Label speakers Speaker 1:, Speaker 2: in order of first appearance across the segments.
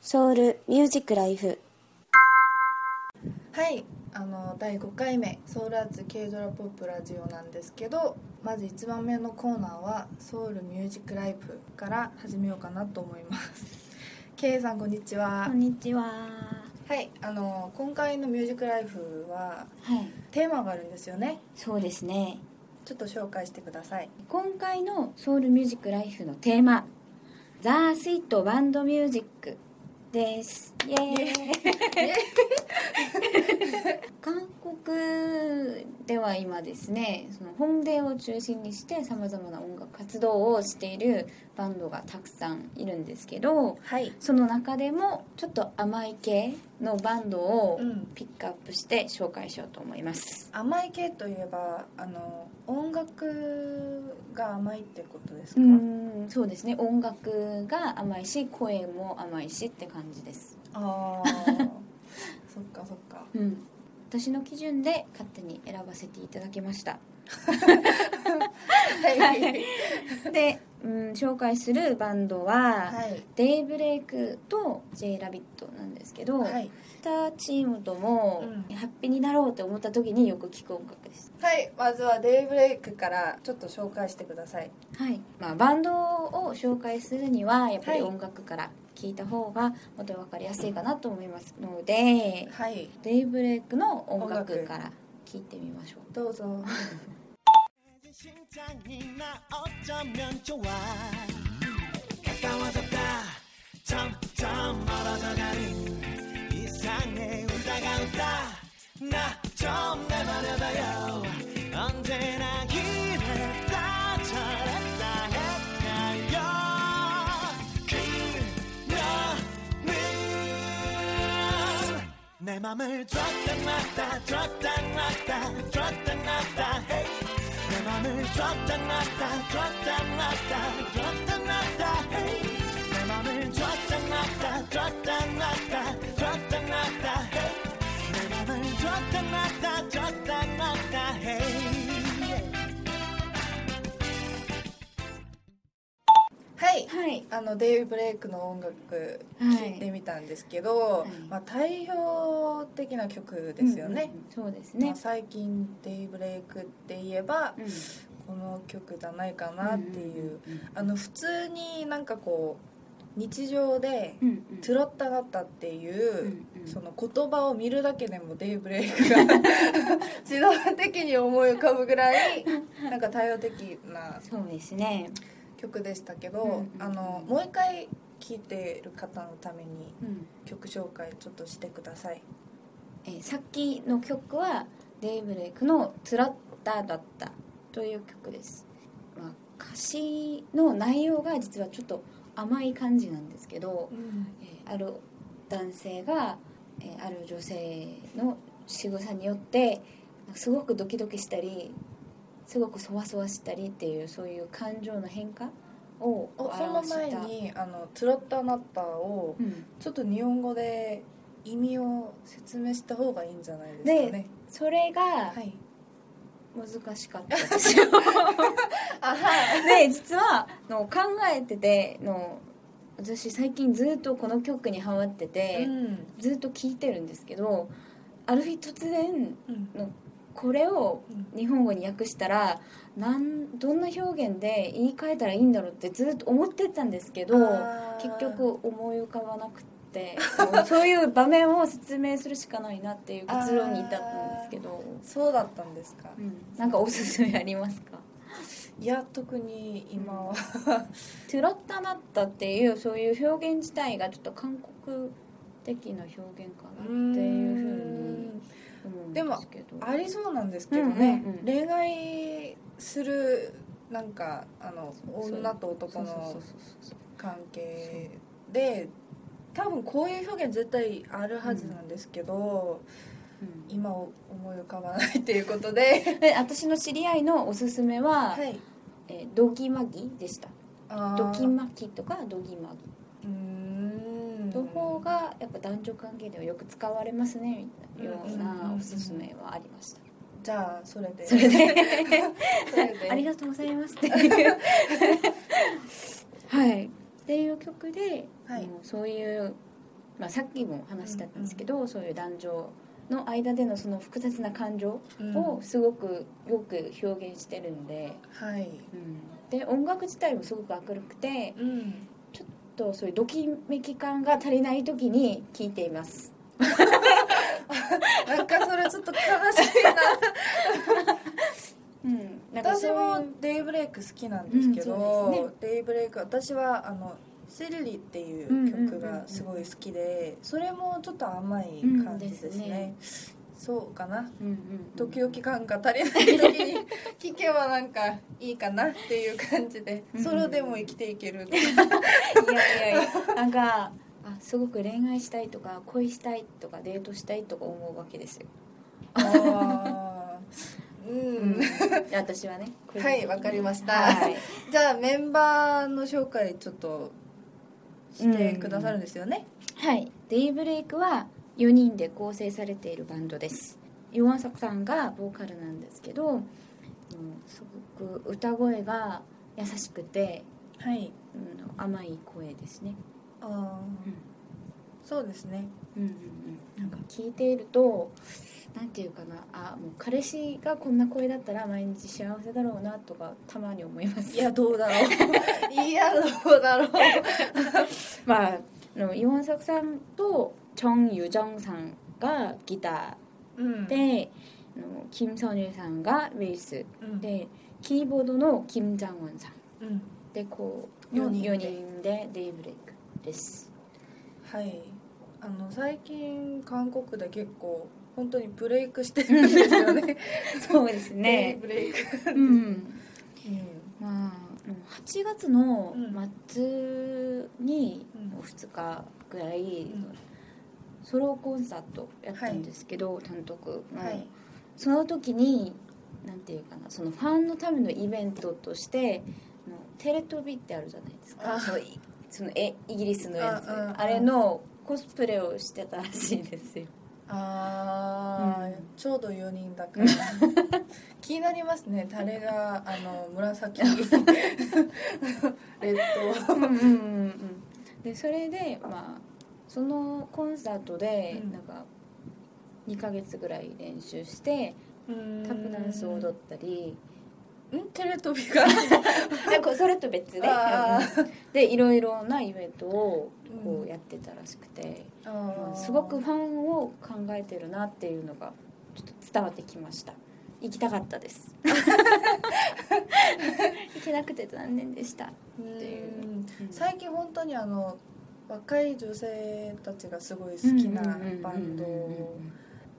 Speaker 1: ソウルミュージックライフ
Speaker 2: はいあの第5回目ソーラーズ K ドラポップラジオなんですけどまず1番目のコーナーはソウルミュージックライフから始めようかなと思います K さんこんにちは
Speaker 1: こんにちは
Speaker 2: はいあの今回のミュージックライフは
Speaker 1: はい
Speaker 2: テーマがあるんですよね
Speaker 1: そうですね
Speaker 2: ちょっと紹介してください
Speaker 1: 今回のソウルミュージックライフのテーマ「ザ・スイート・バンド・ミュージック」ですイエーイ韓国では今ですねその本デを中心にしてさまざまな音楽活動をしているバンドがたくさんいるんですけど
Speaker 2: はい
Speaker 1: その中でもちょっと甘い系のバンドを
Speaker 2: うん
Speaker 1: ピックアップして紹介しようと思います、
Speaker 2: 甘い系といえばあの音楽が甘いってことですか、
Speaker 1: うんそうですね音楽が甘いし声も甘いしって感じです、
Speaker 2: あ ーそっかそっか
Speaker 1: うん、私の基準で勝手に選ばせていただきました
Speaker 2: はいはい
Speaker 1: で、うん、紹介するバンドは、
Speaker 2: はい
Speaker 1: デイブレイクと J ラビットなんですけど、
Speaker 2: はい、
Speaker 1: 2チームとも、
Speaker 2: うん
Speaker 1: ハッピーになろうって思った時によく聴く音楽です
Speaker 2: まずはデイブレイクからちょっと紹介してください
Speaker 1: はいまあ、バンドを紹介するにはやっぱり
Speaker 2: はい
Speaker 1: 音楽から聞いた方がもっと分かりやすいかなと思いますので
Speaker 2: はい
Speaker 1: デイブレイクの音
Speaker 2: 音
Speaker 1: 楽
Speaker 2: 楽
Speaker 1: から聞いてみましょ
Speaker 2: どうぞ
Speaker 3: 내 심장이 나 어쩌면 좋아 가까워졌다 점점 멀어져가는 이상해 울다가 웃다 나 좀 내버려둬요 언제나 이랬다 저랬다 헷갈려 그녀는 내 맘을 쫙딱 놨다 쫙딱 놨다 쫙딱 놨다 헤이 내 맘을 쫙딱 놨다 쫙딱 놨다 쫙딱 놨다 헤이 내 맘을 쫙딱 놨다 쫙딱 놨다 쫙딱 놨다 헤이 내 맘을 쫙딱 놨다 쫙딱 놨다 헤이
Speaker 2: は
Speaker 1: う
Speaker 2: い
Speaker 1: はい
Speaker 2: あのデイブレイクの音楽聞いてみたんですけど、
Speaker 1: い
Speaker 2: まあ、代表的な曲ですよね、
Speaker 1: うんうんそうです
Speaker 2: ま
Speaker 1: ね
Speaker 2: あ、最近デイブレイクって言えば
Speaker 1: うん
Speaker 2: この曲じゃないかなっていう、
Speaker 1: うん
Speaker 2: あの普通になんかこう日常で
Speaker 1: うんうん
Speaker 2: 「トゥロッタガッタ」っていう、
Speaker 1: うんうん
Speaker 2: その言葉を見るだけでもデイブレイク が自動的に思い浮かぶぐらいなんか対応的な
Speaker 1: そうですね、
Speaker 2: 曲でしたけ
Speaker 1: うんう
Speaker 2: ど
Speaker 1: ん、うん
Speaker 2: あのもう一回聴いてる方のために
Speaker 1: うん
Speaker 2: 曲紹介ちょっとしてください。
Speaker 1: えーさっきの曲はデイブレイクの「つらっただった」という曲です、まあ、歌詞の内容が実はちょっと甘い感じなんですけど、えーある男性が、えーある女性の仕草によってすごくドキドキしたりすごくそわそわしたりっていうそういう感情の変化を
Speaker 2: お
Speaker 1: 表
Speaker 2: その
Speaker 1: した
Speaker 2: 前にあのトゥロッタナッターを
Speaker 1: うん、
Speaker 2: ちょっと日本語で意味を説明した方がいいんじゃないですかね。
Speaker 1: それが
Speaker 2: はい。
Speaker 1: 難しかった ですよ
Speaker 2: あはい。
Speaker 1: で実はあの考えててあの私最近ずっとこの曲にハマってて、
Speaker 2: うん。
Speaker 1: ずっと聴いてるんですけどある日突然
Speaker 2: うん。
Speaker 1: これを
Speaker 2: うん
Speaker 1: 日本語に訳したらなんどんな表現で言い換えたらいいんだろうってずっと思ってたんですけど
Speaker 2: あー
Speaker 1: 結局思い浮かばなくて もうそういう場面を説明するしかないなっていう結論に至ったんですけど、
Speaker 2: そうだったんですか
Speaker 1: うん、なんかおすすめありますか
Speaker 2: いや特に今は
Speaker 1: トゥラッタナッタっていうそういう表現自体がちょっと韓国的な表現かなっていうふうに思うんですけど
Speaker 2: ありそうなんですけどね、
Speaker 1: うんうんうん
Speaker 2: 恋愛するなんかあの
Speaker 1: そう
Speaker 2: 女と男
Speaker 1: そうそうそ
Speaker 2: の
Speaker 1: うそうそう
Speaker 2: 関係で多分こういう表現絶対あるはずなんですけど、
Speaker 1: うん
Speaker 2: 今思い浮かばないっていうことで
Speaker 1: で私の知り合いのおすすめは、
Speaker 2: はい
Speaker 1: えードギマギでした
Speaker 2: あー
Speaker 1: ドキマキとかドギマ
Speaker 2: うーん
Speaker 1: ギの方がやっぱ男女関係ではよく使われますねみたいなよう
Speaker 2: うんうんうん
Speaker 1: な
Speaker 2: うん
Speaker 1: おすすめはありました
Speaker 2: じゃあそれで
Speaker 1: それで
Speaker 2: それで
Speaker 1: ありがとうございますっていうはいっていう曲で、
Speaker 2: はい
Speaker 1: もうそういう、まあ、さっきも話したんですけど、そういう男女の間でのその複雑な感情
Speaker 2: うん
Speaker 1: をすごくよく表現してるんで、
Speaker 2: はい
Speaker 1: で音楽自体もすごく明るくて
Speaker 2: うん
Speaker 1: とそういうドキメキ感が足りない時に聴いています
Speaker 2: なんかそれちょっと悲しいな
Speaker 1: うんなんか
Speaker 2: 私
Speaker 1: そういう
Speaker 2: もデイブレイク好きなんですけど、
Speaker 1: うんそう
Speaker 2: デイブレイク私はあのセルリってい
Speaker 1: ん
Speaker 2: う
Speaker 1: うんうん
Speaker 2: 曲がすごい好きで、それもちょっと甘い感じですね,、そうかな
Speaker 1: うんうん
Speaker 2: ドキドキ感が足りない時に聴けばなんかいいかなっていう感じで、
Speaker 1: うん
Speaker 2: ソロでも生きていける
Speaker 1: いやいやいやな んかあすごく恋愛したいとか恋したいとかデートしたいとか思うわけですよ、
Speaker 2: あーうん、
Speaker 1: 私はね
Speaker 2: はいわかりました
Speaker 1: はい
Speaker 2: じゃあメンバーの紹介ちょっとしてくださるんですよね、
Speaker 1: はい、デイブレイクは4人で構成されているバンドですヨンサクさんがボーカルなんですけどうんすごく歌声が優しくて、
Speaker 2: はい
Speaker 1: うん、甘い声ですね、
Speaker 2: あーそうですね
Speaker 1: うんうんうん、なんか聞いているとなんていうかなあもう彼氏がこんな声だったら毎日幸せだろうなとかたまに思います
Speaker 2: いやどうだろういやどうだろう
Speaker 1: まああのイウォンサクさんとチョン・ユジョンさんがギタ
Speaker 2: うん
Speaker 1: ーで、あのキム・ソニュさんがベース
Speaker 2: うん
Speaker 1: でキーボードのキム・ジャンウォンさん
Speaker 2: うん
Speaker 1: でこう
Speaker 2: 四人で
Speaker 1: 4人でデイブレイクです
Speaker 2: はいあの最近韓国で結構本当にブレイクしてるんですよね
Speaker 1: そうで す
Speaker 2: デイブレイク、
Speaker 1: うん
Speaker 2: うん、
Speaker 1: まあもう8月の
Speaker 2: うん
Speaker 1: 末に
Speaker 2: うん
Speaker 1: 2日ぐらい
Speaker 2: うん
Speaker 1: ソロコンサートやったんですけど、単独の、
Speaker 2: はい
Speaker 1: その時になんていうかなそのファンのためのイベントとしてあのテレトビってあるじゃないですか
Speaker 2: あ
Speaker 1: そのいそのえイギリスのやつ
Speaker 2: うんうんうん
Speaker 1: あれのコスプレをしてたらしいですよ
Speaker 2: あー、
Speaker 1: うん
Speaker 2: ちょうど4人だから気になりますねタレがあの紫レッド
Speaker 1: うんうんうんうんでそれでまあそのコンサートで
Speaker 2: うん
Speaker 1: なんか2ヶ月ぐらい練習してタップダンスを踊ったり
Speaker 2: んテレトビが
Speaker 1: なんかそれと別 で
Speaker 2: あ
Speaker 1: うんでいろいろなイベントをこ
Speaker 2: うん
Speaker 1: うやってたらしくて、
Speaker 2: あー
Speaker 1: すごくファンを考えてるなっていうのがちょっと伝わってきました行きたかったです 行けなくて残念でした、
Speaker 2: うん
Speaker 1: ていううん
Speaker 2: 最近本当にあの若い女性たちがすごい好きなバンド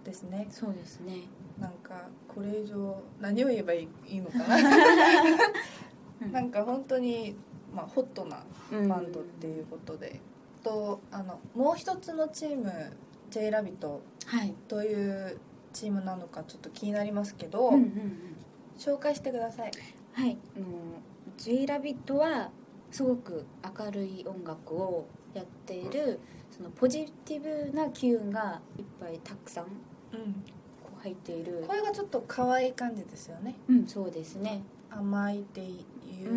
Speaker 2: ですね
Speaker 1: そうですね
Speaker 2: なんかこれ以上何を言えばいいのかななんか本当にまあホットな
Speaker 1: うん
Speaker 2: バンドっていうことでとあのもう一つのチーム J ラビット
Speaker 1: はい
Speaker 2: どういうチームなのかちょっと気になりますけど、
Speaker 1: うんうんうん
Speaker 2: 紹介してください
Speaker 1: はい、あの J ラビットはすごく明るい音楽をやっているそのポジティブな機運がいっぱいたくさんこう入っている、
Speaker 2: 声がちょっと可愛い感じですよね
Speaker 1: うん、そうですね
Speaker 2: 甘いっていう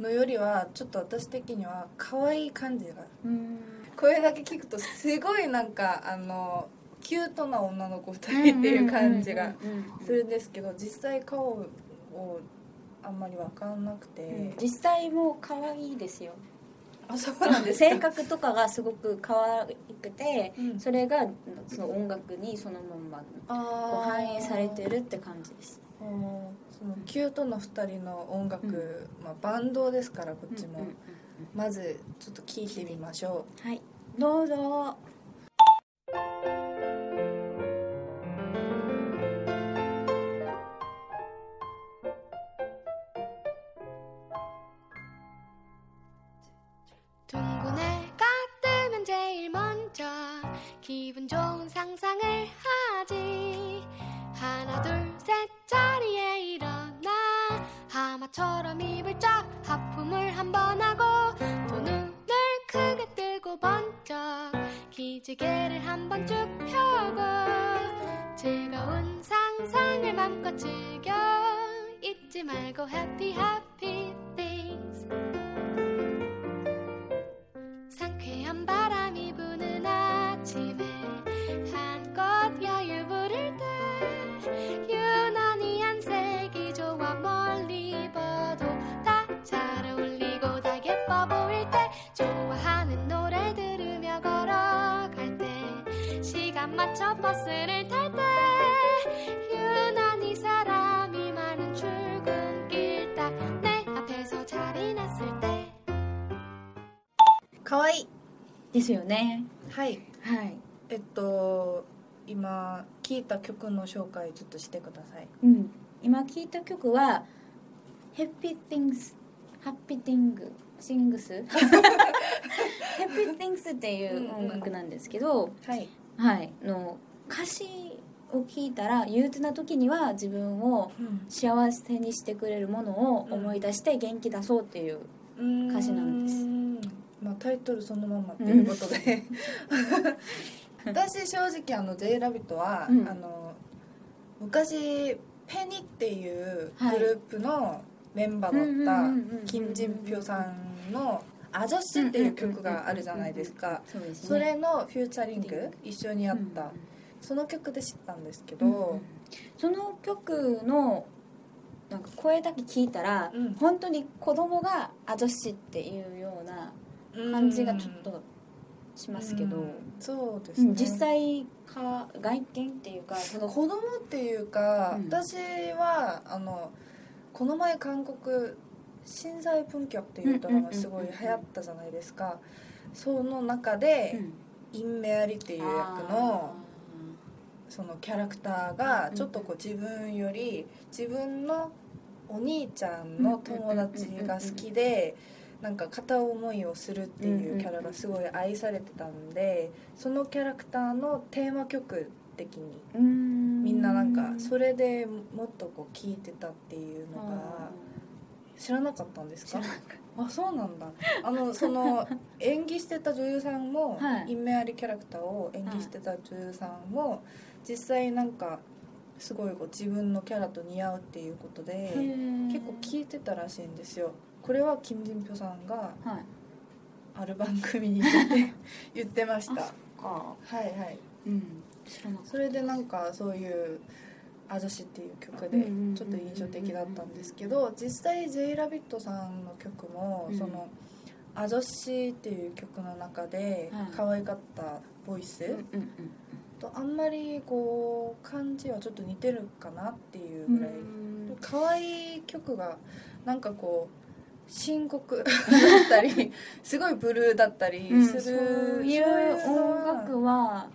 Speaker 2: うのよりはちょっと私的には可愛い感じが
Speaker 1: うん
Speaker 2: これだけ聞くとすごいなんかあのキュートな女の子2人っていう感じが
Speaker 1: うんうんうんうん
Speaker 2: するんですけど実際顔をあんまり分かんなくて、
Speaker 1: 実際も可愛いですよ
Speaker 2: あそうなんです
Speaker 1: 性格とかがすごく可愛くて
Speaker 2: うん
Speaker 1: それがその音楽にそのまんまこう
Speaker 2: あー
Speaker 1: 反映されてるって感じです
Speaker 2: おーそのキュートの2人の音楽、まあ、バンドですからこっちも、
Speaker 1: うんうんうん
Speaker 2: まずちょっと聞いてみましょ
Speaker 1: はいどうぞ
Speaker 4: 둥근 해가 뜨면 제일 먼저 기분 좋은 상상을 하지 하나 둘 셋 자리에 일어나 하마처럼 입을 쫙 하품을 한번 하고 또 눈을 크게 뜨고 번쩍 기지개를 한번 쭉 펴고 즐거운 상상을 맘껏 즐겨 잊지 말고 happy happy things 상쾌한 바람이 부는 아침에 한껏 여유 부릴 때 유난히 한색이 좋아 멀리 봐도 다 잘 어울리고 다 예뻐 보일 때 좋아하는 노래 들으며 걸어갈 때 시간 맞춰 버스를 탈 때 유난히 사람이 많은 출근길 딱 내 앞에서 자리 났을 때
Speaker 2: うかわいい
Speaker 1: ですよね
Speaker 2: はい
Speaker 1: はい
Speaker 2: えっと今聴いた曲の紹介ちょっとしてください
Speaker 1: うん今聴いた曲は「Happy Things」「Happy Thing」「Sings」「Happy Things」っていう音楽なんですけど、
Speaker 2: はい
Speaker 1: はいの歌詞を聞いたら憂鬱な時には自分を幸せにしてくれるものを思い出して元気出そうっていう、
Speaker 2: うん
Speaker 1: 歌詞なんです
Speaker 2: まあ、タイトルそのままっていうことで、 私正直あの「j ラビットは、
Speaker 1: うん
Speaker 2: あの昔ペニっていうグループのメンバー
Speaker 1: う
Speaker 2: だ
Speaker 1: んうん
Speaker 2: っ
Speaker 1: うんうんうん
Speaker 2: た金人平さんの「アジョシ」っていう曲があるじゃないですか
Speaker 1: そうですね
Speaker 2: それのフューチャリング一緒にやった、
Speaker 1: うん
Speaker 2: その曲で知ったんですけ
Speaker 1: うん
Speaker 2: ど、
Speaker 1: その曲のなんか声だけ聞いたら、
Speaker 2: うん
Speaker 1: 本当に子供が「あ女子」っていうような感じがちょっとしますけど、
Speaker 2: うんそうです
Speaker 1: う
Speaker 2: ね、
Speaker 1: ん実際か外見っていうかその
Speaker 2: 子供っていうか、
Speaker 1: うん
Speaker 2: 私はあのこの前韓国「新在文曲」っていうドラマすごい流行ったじゃないですか、その中で、インメアリっていう役のそのキャラクターがちょっとこう自分より自分のお兄ちゃんの友達が好きでなんか片思いをするっていうキャラがすごい愛されてたんでそのキャラクターのテーマ曲的に
Speaker 1: あーうん
Speaker 2: みんななんかそれでもっとこう聞いてたっていうのが
Speaker 1: あ
Speaker 2: 知らなかったんです
Speaker 1: ー知
Speaker 2: から
Speaker 1: なかっ
Speaker 2: あそうなんだあのそ の演技してた女優さんも、
Speaker 1: はい
Speaker 2: インメアリキャラクターを演技してた女優さんも実際なんかすごいこう自分のキャラと似合うっていうことで
Speaker 1: た結
Speaker 2: 結構聞いてたらしいんですよこれは金仁票さんが
Speaker 1: はい
Speaker 2: ある番組に出 て言ってましたは
Speaker 1: あか
Speaker 2: いはい
Speaker 1: うん知らなかった
Speaker 2: それでなんかそういう「あ女子」っていう曲
Speaker 1: うんうん
Speaker 2: で
Speaker 1: うんうん
Speaker 2: ちょっと印象的だったんですけど実際 j ラビットさんの曲も
Speaker 1: うん
Speaker 2: その「あ女子」っていう曲の中で
Speaker 1: はい
Speaker 2: 可愛かったボイ
Speaker 1: う
Speaker 2: ス
Speaker 1: んうんうん
Speaker 2: とあんまりこう感じはちょっと似てるかなっていうぐらい
Speaker 1: うん
Speaker 2: 可愛い曲がなんかこう深 刻だったりすごいブルーだったりする、
Speaker 1: そういう音楽は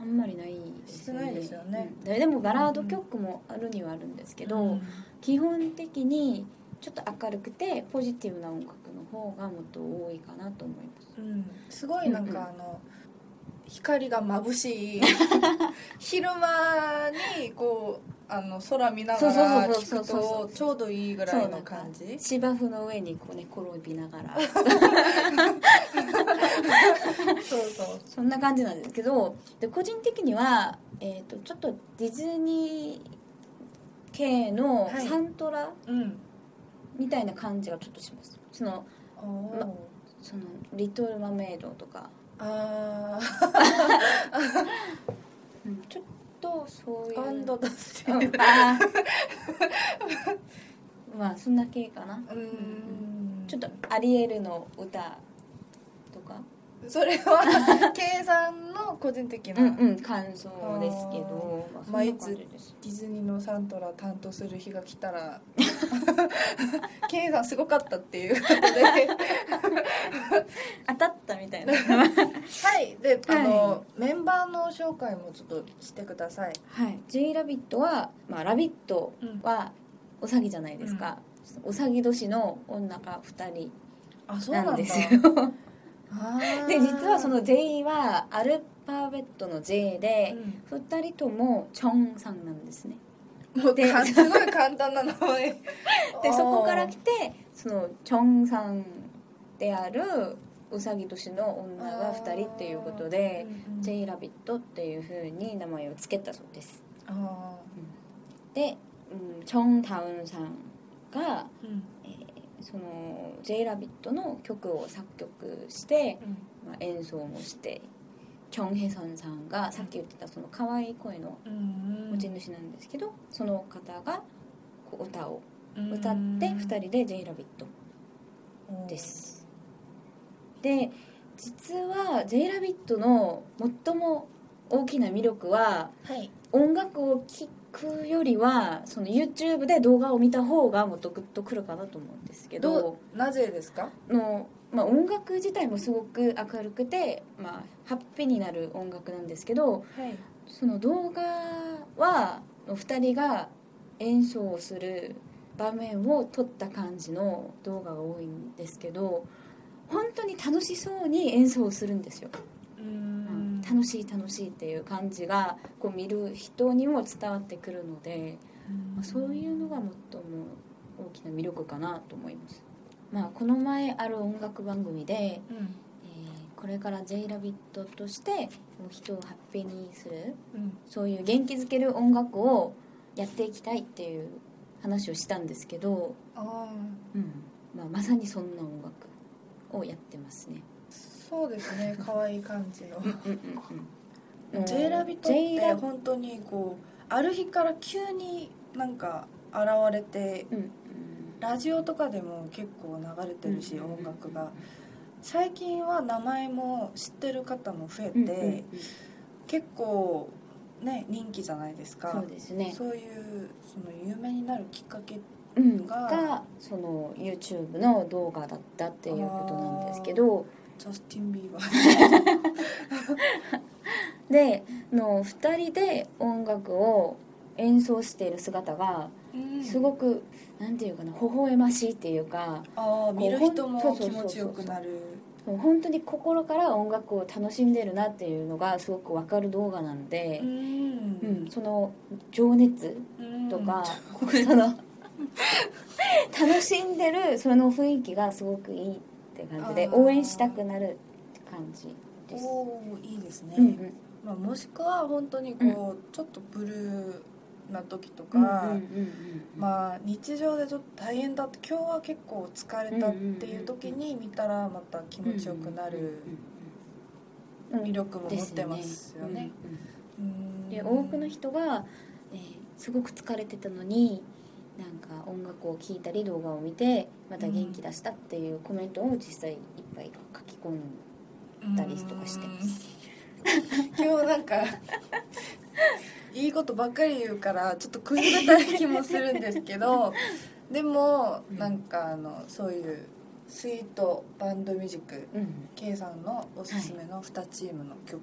Speaker 1: あんまりないですよね
Speaker 2: してないですよね
Speaker 1: うんででもバラード曲もあるにはあるんですけど、基本的にちょっと明るくてポジティブな音楽の方がもっと多いかなと思います
Speaker 2: うん、すごいなん
Speaker 1: うんうん
Speaker 2: かあの、光が眩 しい昼間にこうあの空見ながら
Speaker 1: そう
Speaker 2: 聞
Speaker 1: そう
Speaker 2: く
Speaker 1: そうそうそう
Speaker 2: とちょうどいいぐらいの感じ
Speaker 1: 芝生の上にこう寝転びながら
Speaker 2: そうそう
Speaker 1: そんな感じなんですけどで個人的には、えー、とちょっとディズニー系の
Speaker 2: はい
Speaker 1: サントラ
Speaker 2: うん
Speaker 1: みたいな感じがちょっとします、その
Speaker 2: おー
Speaker 1: まその「リトル・マーメイド」とか、
Speaker 2: あ
Speaker 1: ちょっとそういう
Speaker 2: ーバンドだって
Speaker 1: うんあー まあそんな系かな
Speaker 2: うん
Speaker 1: ちょっとアリエルの歌とか
Speaker 2: それは計算の個人的
Speaker 1: う
Speaker 2: なん
Speaker 1: うん感想ですけど
Speaker 2: あー
Speaker 1: まあそんな感じです
Speaker 2: ディズニーのサントラ担当する日が来たら ケイさんすごかったっていうことで
Speaker 1: 当たったみたいな
Speaker 2: はいであの、
Speaker 1: は
Speaker 2: メンバーの紹介もちょっとしてください
Speaker 1: はい「J ラビットは」まあ「ラビット!」はおさぎじゃないですか、おさぎ年の女が2人
Speaker 2: あそうなん
Speaker 1: な
Speaker 2: だ
Speaker 1: んですよ
Speaker 2: あー
Speaker 1: で実はその J はアルファベットの J で、
Speaker 2: う
Speaker 1: 二2人ともチョンさんなんですね
Speaker 2: んもう
Speaker 1: で
Speaker 2: か すごい簡単な名前
Speaker 1: でそこから
Speaker 2: あー
Speaker 1: 来てそのチョンさんであるうさぎ年の女が2人っていうことで
Speaker 2: うんうん
Speaker 1: 「J ラビット」っていうふうに名前を付けたそうです
Speaker 2: あ
Speaker 1: で、うん、チョンタウンさんが
Speaker 2: ーうん
Speaker 1: その J ラビットの曲を作曲して、まあ、演奏もしてチョンヘソンさんがさっき言ってたその可愛い声の
Speaker 2: うん
Speaker 1: 持ち主なんですけど、その方がこう歌を
Speaker 2: うん
Speaker 1: 歌って2人で「J ラビット」です。で実は「J ラビット!」の最も大きな魅力は
Speaker 2: はい
Speaker 1: 音楽を聴くよりはその YouTube で動画を見た方がもっとグッとくるかなと思うんですけど
Speaker 2: どうなぜですか
Speaker 1: の、まあ、音楽自体もすごく明るくて、まあ、ハッピーになる音楽なんですけど
Speaker 2: はい
Speaker 1: その動画はの2人が演奏をする場面を撮った感じの動画が多いんですけど本当に楽しそうに演奏をするんですよ、
Speaker 2: うん
Speaker 1: 楽しい楽しいっていう感じがこう見る人にも伝わってくるので、まあそういうのが最も大きな魅力かなと思います。まあ、この前ある音楽番組で
Speaker 2: うん
Speaker 1: えーこれから J ラビットとしてこう人をハッピーにする
Speaker 2: うん
Speaker 1: そういう元気づける音楽をやっていきたいっていう話をしたんですけど、
Speaker 2: ああ
Speaker 1: まあ、まさにそんな音楽をやってますね。
Speaker 2: そうですね可愛い感じの
Speaker 1: うんうんうん、
Speaker 2: J ラビットっ
Speaker 1: J
Speaker 2: て
Speaker 1: ラビ
Speaker 2: 本当にこうある日から急になんか現れて
Speaker 1: うんうん
Speaker 2: ラジオとかでも結構流れてるし、
Speaker 1: うん
Speaker 2: 音楽が最近は名前も知ってる方も増えて、
Speaker 1: うんうんうん
Speaker 2: 結構ね人気じゃないですか
Speaker 1: そうですね
Speaker 2: そういうその有名になるきっかけ
Speaker 1: うん、
Speaker 2: が
Speaker 1: がその YouTube の動画だったっていうことなんですけど
Speaker 2: ジャスティン・ビーバー
Speaker 1: での2人で音楽を演奏している姿がすごく、なんていうかな微笑ましいっていうか
Speaker 2: ああ見る人
Speaker 1: そう
Speaker 2: も
Speaker 1: そう
Speaker 2: 気
Speaker 1: そうそう
Speaker 2: 持ちよくなる
Speaker 1: もう本当に心から音楽を楽しんでるなっていうのがすごくわかる動画なんで、うんその情熱
Speaker 2: うん
Speaker 1: とか、 その楽しんでるその雰囲気がすごくいいって感じで
Speaker 2: あー
Speaker 1: 応援したくなるって感じです。
Speaker 2: おおいいですね、
Speaker 1: うんうん
Speaker 2: まあ、もしくは本当にこう、ちょっとブルーな時とか、
Speaker 1: うんうんうんうん
Speaker 2: まあ、日常でちょっと大変だって今日は結構疲れたっていう時に見たらまた気持ちよくなる
Speaker 1: うんうんうんうん
Speaker 2: 魅力も持ってますよね。。
Speaker 1: うんうん
Speaker 2: うん
Speaker 1: で多くの人が、えーすごく疲れてたのになんか音楽を聴いたり動画を見てまた元気出したっていうコメントを実際いっぱい書き込んだりとかしてます。
Speaker 2: うん今日なんか いいことばっかり言うからちょっと崩れたい気もするんですけどでもなんかあのそういうスイートバンドミュージック
Speaker 1: うん
Speaker 2: K さんのおすすめの2チームの曲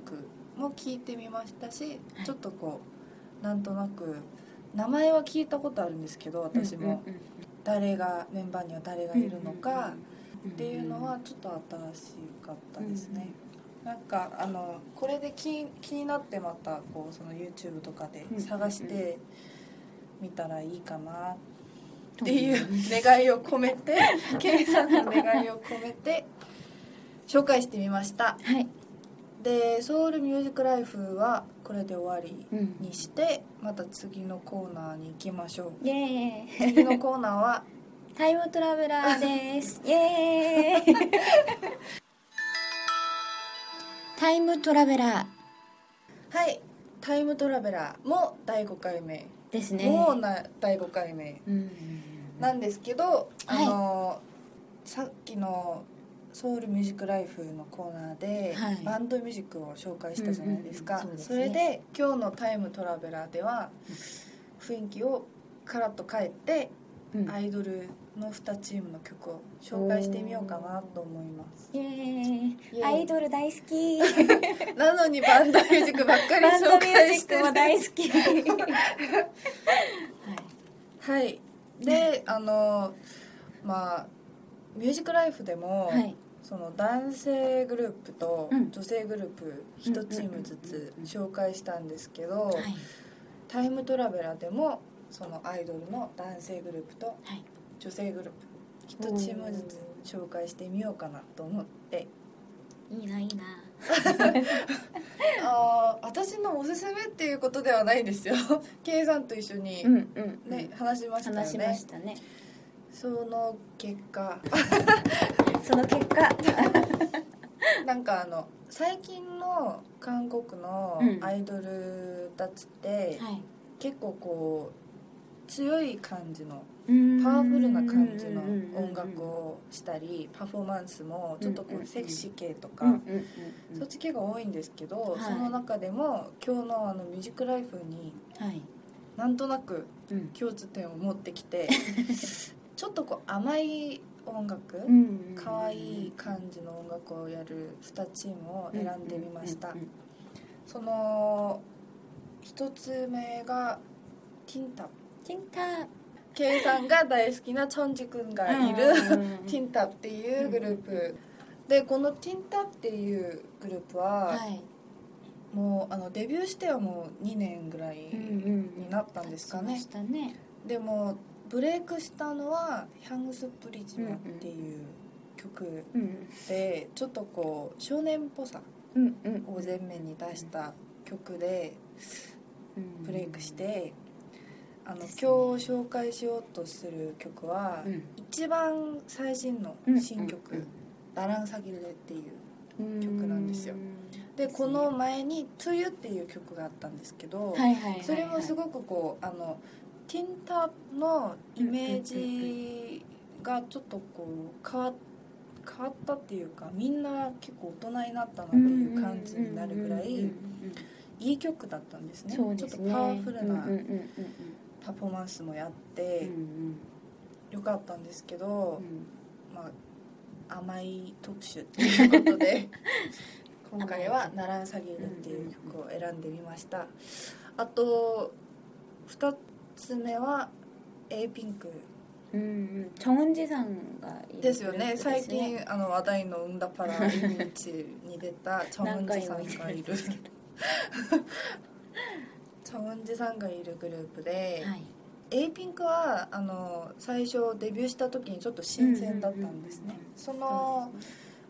Speaker 2: も聞いてみましたし、
Speaker 1: はい
Speaker 2: ちょっとこうなんとなく名前は聞いたことあるんですけど私も、
Speaker 1: うんうん
Speaker 2: 誰がメンバーには誰がいるのか
Speaker 1: うん
Speaker 2: っていうのはちょっと新しかったですね、なんかあのこれで気気になってまたこうその YouTube とかで探してみたらいいかなっていう願いを込めて K さんの願いを込めて紹介してみました
Speaker 1: はい、
Speaker 2: でソウルミュージックライフはこれで終わり
Speaker 1: うん、
Speaker 2: にしてまた次のコーナーに行きましょう
Speaker 1: イエーイ
Speaker 2: 次のコーナーは
Speaker 1: タイムトラベラーですイ エーイタイムトラベラ
Speaker 2: はい「タイムトラベラー」も第5回目、
Speaker 1: ーですね
Speaker 2: もうな第5回目
Speaker 1: うん
Speaker 2: なんですけど、
Speaker 1: は
Speaker 2: あ
Speaker 1: い
Speaker 2: のさっきのソウルミュージックライフのコーナーで、
Speaker 1: はい
Speaker 2: バンドミュージックを紹介したじゃないですか、
Speaker 1: うんうんうん
Speaker 2: そ
Speaker 1: そうですね
Speaker 2: れで今日の「タイムトラベラー」では雰囲気をカラッと変えて
Speaker 1: うん
Speaker 2: アイドルの2チームの曲を紹介してみようかなと思い ます
Speaker 1: イエー
Speaker 2: イエーイ
Speaker 1: イアイドル大好 き
Speaker 2: なのにバンドミュージックばっかり
Speaker 1: バンド
Speaker 2: 紹
Speaker 1: ミュー
Speaker 2: 介
Speaker 1: ジ
Speaker 2: し
Speaker 1: ッ
Speaker 2: て
Speaker 1: ク
Speaker 2: る
Speaker 1: も大好きはい
Speaker 2: はいであのまあミュージックライフでも、
Speaker 1: はい、
Speaker 2: その男性グループと
Speaker 1: うん
Speaker 2: 女性グループ1チームずつ
Speaker 1: うんうんうんうん
Speaker 2: 紹介したんですけど、
Speaker 1: はい
Speaker 2: タイムトラベラーでもそのアイドルの男性グループと
Speaker 1: はい
Speaker 2: 女性グループ1チームずつ紹介してみようかなと思って
Speaker 1: いいないいな
Speaker 2: あー私のおすすめっていうことではないんですよ K さんと一緒に、
Speaker 1: うんうんうん、
Speaker 2: ね話しましたよね
Speaker 1: 話しましたね
Speaker 2: その結 果
Speaker 1: その結果
Speaker 2: なんかあの最近の韓国の
Speaker 1: うん
Speaker 2: アイドルたちって、
Speaker 1: はい
Speaker 2: 結構こう強い感じの
Speaker 1: うーん
Speaker 2: パワフルな感じの
Speaker 1: うんうんうんうん
Speaker 2: 音楽をしたりパフォーマンスもちょっと
Speaker 1: うん
Speaker 2: こ
Speaker 1: うんう
Speaker 2: うんセクシー系と
Speaker 1: うんうん
Speaker 2: か
Speaker 1: うんうん
Speaker 2: そっち系が多いんですけど
Speaker 1: はい
Speaker 2: その中でも今日のあのミュージックライフに
Speaker 1: はい
Speaker 2: なんとなく
Speaker 1: うん
Speaker 2: 共通点を持ってき てちょっとこう甘い音楽
Speaker 1: うん
Speaker 2: 可愛い感じの音楽をやる2チームを選んでみました
Speaker 1: うんうん
Speaker 2: その1つ目がティンタップ
Speaker 1: ティンター
Speaker 2: ケイさんが大好きなチョンジ君がいる、ティ
Speaker 1: ン
Speaker 2: ンタっていうグループでこのティンタっていうグループは、
Speaker 1: はい
Speaker 2: もうあのデビューしてはもう2年ぐらいに
Speaker 1: に
Speaker 2: なったんですかね、
Speaker 1: したね
Speaker 2: でもブレイクしたのは「ヒャングスプリジマ」っていう曲
Speaker 1: うん
Speaker 2: で、ちょっとこう少年っぽさ
Speaker 1: うんうん
Speaker 2: を前面に出した曲で
Speaker 1: うん
Speaker 2: ブレイクして、あの
Speaker 1: で
Speaker 2: 今
Speaker 1: す
Speaker 2: 日
Speaker 1: ね
Speaker 2: 紹介しようとする曲は、
Speaker 1: うん
Speaker 2: 一番最新の
Speaker 1: うん
Speaker 2: 新曲「
Speaker 1: うん
Speaker 2: ダランサギルレ」っていう
Speaker 1: うん
Speaker 2: 曲なんですよでこの前に「トゥユっていう曲があったんですけど、
Speaker 1: はいはいはいはい
Speaker 2: それもすごくこうあのティンタのイメージがちょっとこう変わ変わったっていうかみんな結構大人になったなっていう感じになるぐら
Speaker 1: うん
Speaker 2: い
Speaker 1: うん
Speaker 2: いい曲だったんですね
Speaker 1: そう
Speaker 2: ちょ
Speaker 1: で
Speaker 2: っ
Speaker 1: す
Speaker 2: と
Speaker 1: ね
Speaker 2: パワフルな
Speaker 1: うんうんうん
Speaker 2: パフォーマンスもやっ
Speaker 1: うん
Speaker 2: て
Speaker 1: うん
Speaker 2: よかったんですけ
Speaker 1: う
Speaker 2: ど、
Speaker 1: ん
Speaker 2: まあ、甘い特集ということ で今回は「ナランサギル」っていう曲を選んでみましたあと2つ目は A ピンク
Speaker 1: うんうんチョンジさんがいる
Speaker 2: ですよ
Speaker 1: グル
Speaker 2: ね
Speaker 1: ープ
Speaker 2: 最
Speaker 1: ですね
Speaker 2: 近あの話題の「うんだパラ」イチに出たチョンウンジさんがい
Speaker 1: 何回も言ってるんで
Speaker 2: る
Speaker 1: すけど
Speaker 2: チョンウンジさんがいるグループで、
Speaker 1: はい
Speaker 2: A ピンクはあの最初デビューした時にちょっと新鮮だったんです
Speaker 1: うんう
Speaker 2: ね
Speaker 1: んうんうん
Speaker 2: その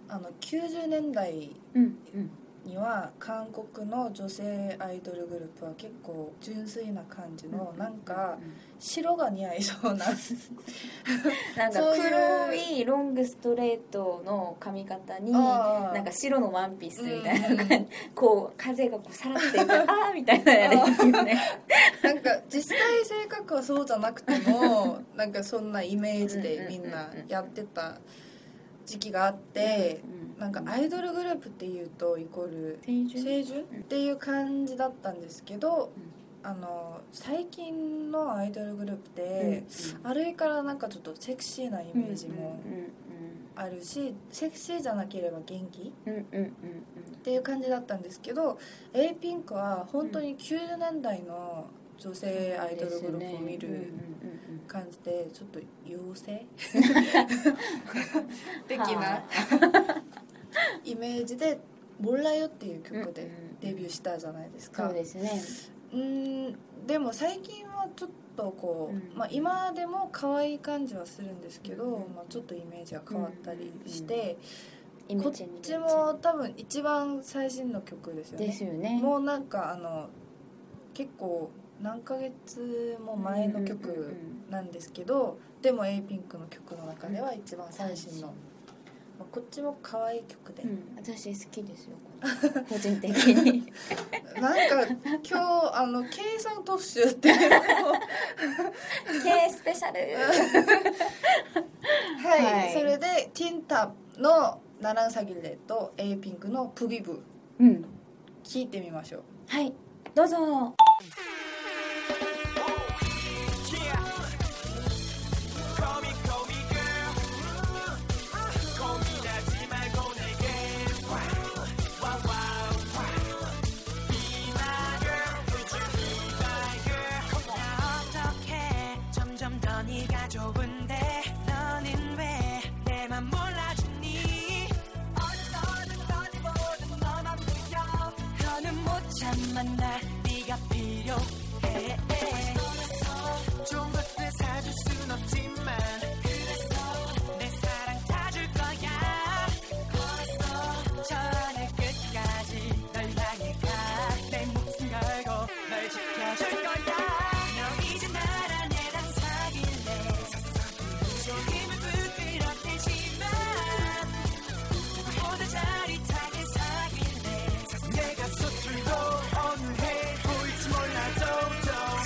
Speaker 2: あの90年代
Speaker 1: うんうん
Speaker 2: には韓国の女性アイドルグループは結構純粋な感じのなんか
Speaker 1: うん
Speaker 2: 白が似合いそうな
Speaker 1: なんか
Speaker 2: そういう
Speaker 1: 黒いロングストレートの髪型にな
Speaker 2: あー
Speaker 1: んか白のワンピースみた
Speaker 2: う
Speaker 1: い
Speaker 2: んう
Speaker 1: なん感じこう風がこうさらってああーみたいなやつですよね
Speaker 2: なんか実際性格はそうじゃなくて もなんかそんなイメージでみんなやってた時期 があってなんかアイドルグループっていうとイコール
Speaker 1: 青春
Speaker 2: 青春っていう感じだったんですけど
Speaker 1: うん
Speaker 2: あの最近のアイドルグループってあれからなんかちょっとセクシーなイメージもあるしセクシーじゃなければ元気
Speaker 1: うんうんうんうん
Speaker 2: っていう感じだったんですけど A ピンクは本当に90年代の女性アイドルグループを見
Speaker 1: うん
Speaker 2: る感じでちょっと妖精 的
Speaker 1: は
Speaker 2: なイメージで「もらよ」っていう曲
Speaker 1: うん
Speaker 2: で
Speaker 1: うんうん
Speaker 2: デビューしたじゃないですか
Speaker 1: そうですね
Speaker 2: うーんでも最近はちょっとこう、
Speaker 1: うん
Speaker 2: まあ、今でも可愛い感じはするんですけど、
Speaker 1: うん
Speaker 2: まあ、ちょっとイメージが変わったりして、
Speaker 1: イメ
Speaker 2: こ
Speaker 1: ー
Speaker 2: っ
Speaker 1: ジ
Speaker 2: ちも多分一番最新の曲ですよね
Speaker 1: ですよね
Speaker 2: もうなんかあの結構何ヶ月も前の
Speaker 1: うんうんう
Speaker 2: 曲
Speaker 1: ん
Speaker 2: なんですけど、でも A ピンクの曲の中では一番最新の、まあ、こっちも可愛い曲で、
Speaker 1: うん私好きですよこ れ個人的に
Speaker 2: なんか今日あの計算特集っていうのを
Speaker 1: K スペシャル
Speaker 2: はい、
Speaker 1: はい
Speaker 2: それでティンタの 나랑 사귈래 또 에이핑크の부비부
Speaker 1: うん
Speaker 2: 聞いてみましょう
Speaker 1: はいどうぞ
Speaker 4: 네 어,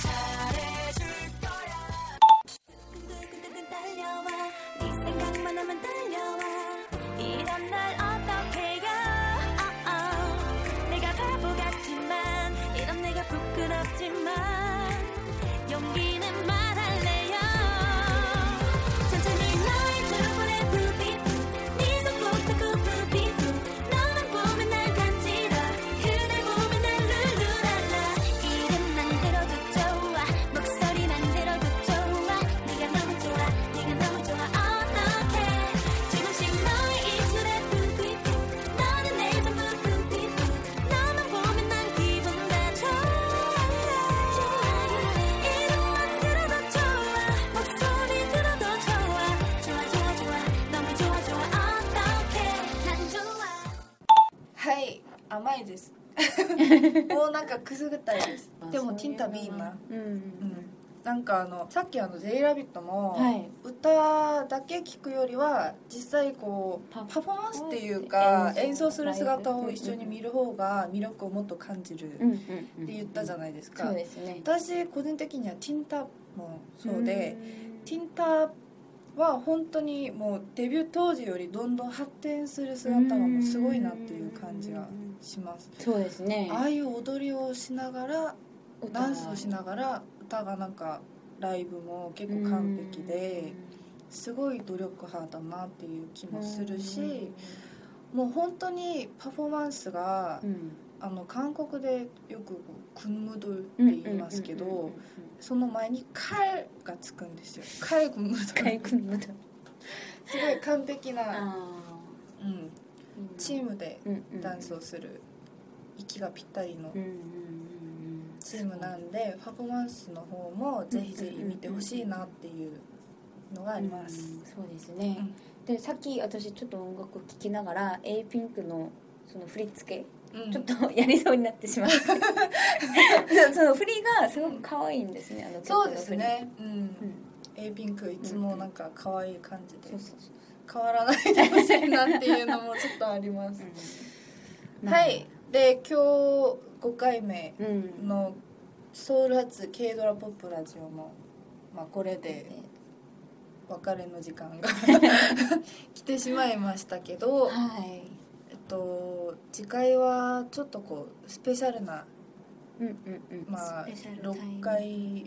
Speaker 2: はい甘いです もうなんかくすぐったいですでもティンタビーな
Speaker 1: う
Speaker 2: うんんなんかあのさっきあの「J ラビット!」も
Speaker 1: はい
Speaker 2: 歌だけ聞くよりは実際こう
Speaker 1: パ
Speaker 2: パフォーマンスっていうか演
Speaker 1: 演
Speaker 2: 奏
Speaker 1: 奏
Speaker 2: する姿を一緒に見る方が魅力をもっと感じる
Speaker 1: うん
Speaker 2: っ
Speaker 1: うんうん
Speaker 2: て言ったじゃないですか
Speaker 1: そうですね
Speaker 2: 私個人的にはティンタもそうでティンタは本当にもうデビュー当時よりどんどん発展する姿がもうすごいなっていう感じがします
Speaker 1: そうですね
Speaker 2: ああいう踊りをしながら
Speaker 1: 歌
Speaker 2: ダンスをしながら歌がなんかライブも結構完璧ですごい努力派だなっていう気もするしもう本当にパフォーマンスが
Speaker 1: うんうん
Speaker 2: あの韓国でよくこう「クンムドル」って言いますけ
Speaker 1: うんうんうんう
Speaker 2: ど
Speaker 1: ん
Speaker 2: その前に「カエ」がつくんですよ。カエクンムド
Speaker 1: 海
Speaker 2: ル
Speaker 1: 軍部だ
Speaker 2: すごい完璧な、
Speaker 1: あ
Speaker 2: うん、
Speaker 1: ー
Speaker 2: チームで
Speaker 1: うんうん
Speaker 2: ダンスをする息がぴったりの
Speaker 1: うんうんうんうん
Speaker 2: チームなんでパフォーマンスの方もぜひぜひ見てほしいなっていうのがあります。
Speaker 1: うんそうですね、でさっき私ちょっと音楽聴きながら A ピンクのその振り付け、
Speaker 2: うん
Speaker 1: ちょっと やりそうになってしまっ てその振りがすごく可愛いんですねあの曲
Speaker 2: そ
Speaker 1: の
Speaker 2: う
Speaker 1: 振り
Speaker 2: ですね。う。
Speaker 1: うんん
Speaker 2: A ピンクいつもなんか可愛い感じで
Speaker 1: そうそうそ
Speaker 2: 変
Speaker 1: う
Speaker 2: わらないでほしいなっていうのもちょっとあり ます。
Speaker 1: うん
Speaker 2: はい。で今日5回目
Speaker 1: うん
Speaker 2: のソウル発 K ドラポップラジオもまあこれで別れの時間が 来てしまいましたけど、
Speaker 1: はい
Speaker 2: えっと次回はちょっとこうスペシャルな
Speaker 1: うんうんうん
Speaker 2: まあ
Speaker 1: スペシャルタイ
Speaker 2: 6
Speaker 1: ム
Speaker 2: 回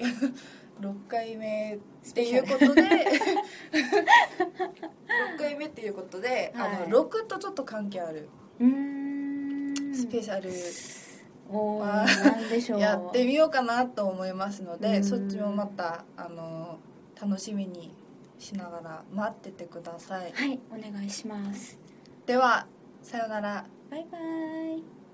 Speaker 2: 6回目っていうこと で6回目っていうことで、
Speaker 1: は
Speaker 2: あ
Speaker 1: い
Speaker 2: の6とちょっと関係ある
Speaker 1: うーん
Speaker 2: スペシャル
Speaker 1: おー
Speaker 2: まあ
Speaker 1: なんでしょう
Speaker 2: やってみようかなと思いますので、
Speaker 1: うん
Speaker 2: そっちもまたあの楽しみにしながら待っててください
Speaker 1: はいお願いします
Speaker 2: ではさようなら
Speaker 1: バイバイ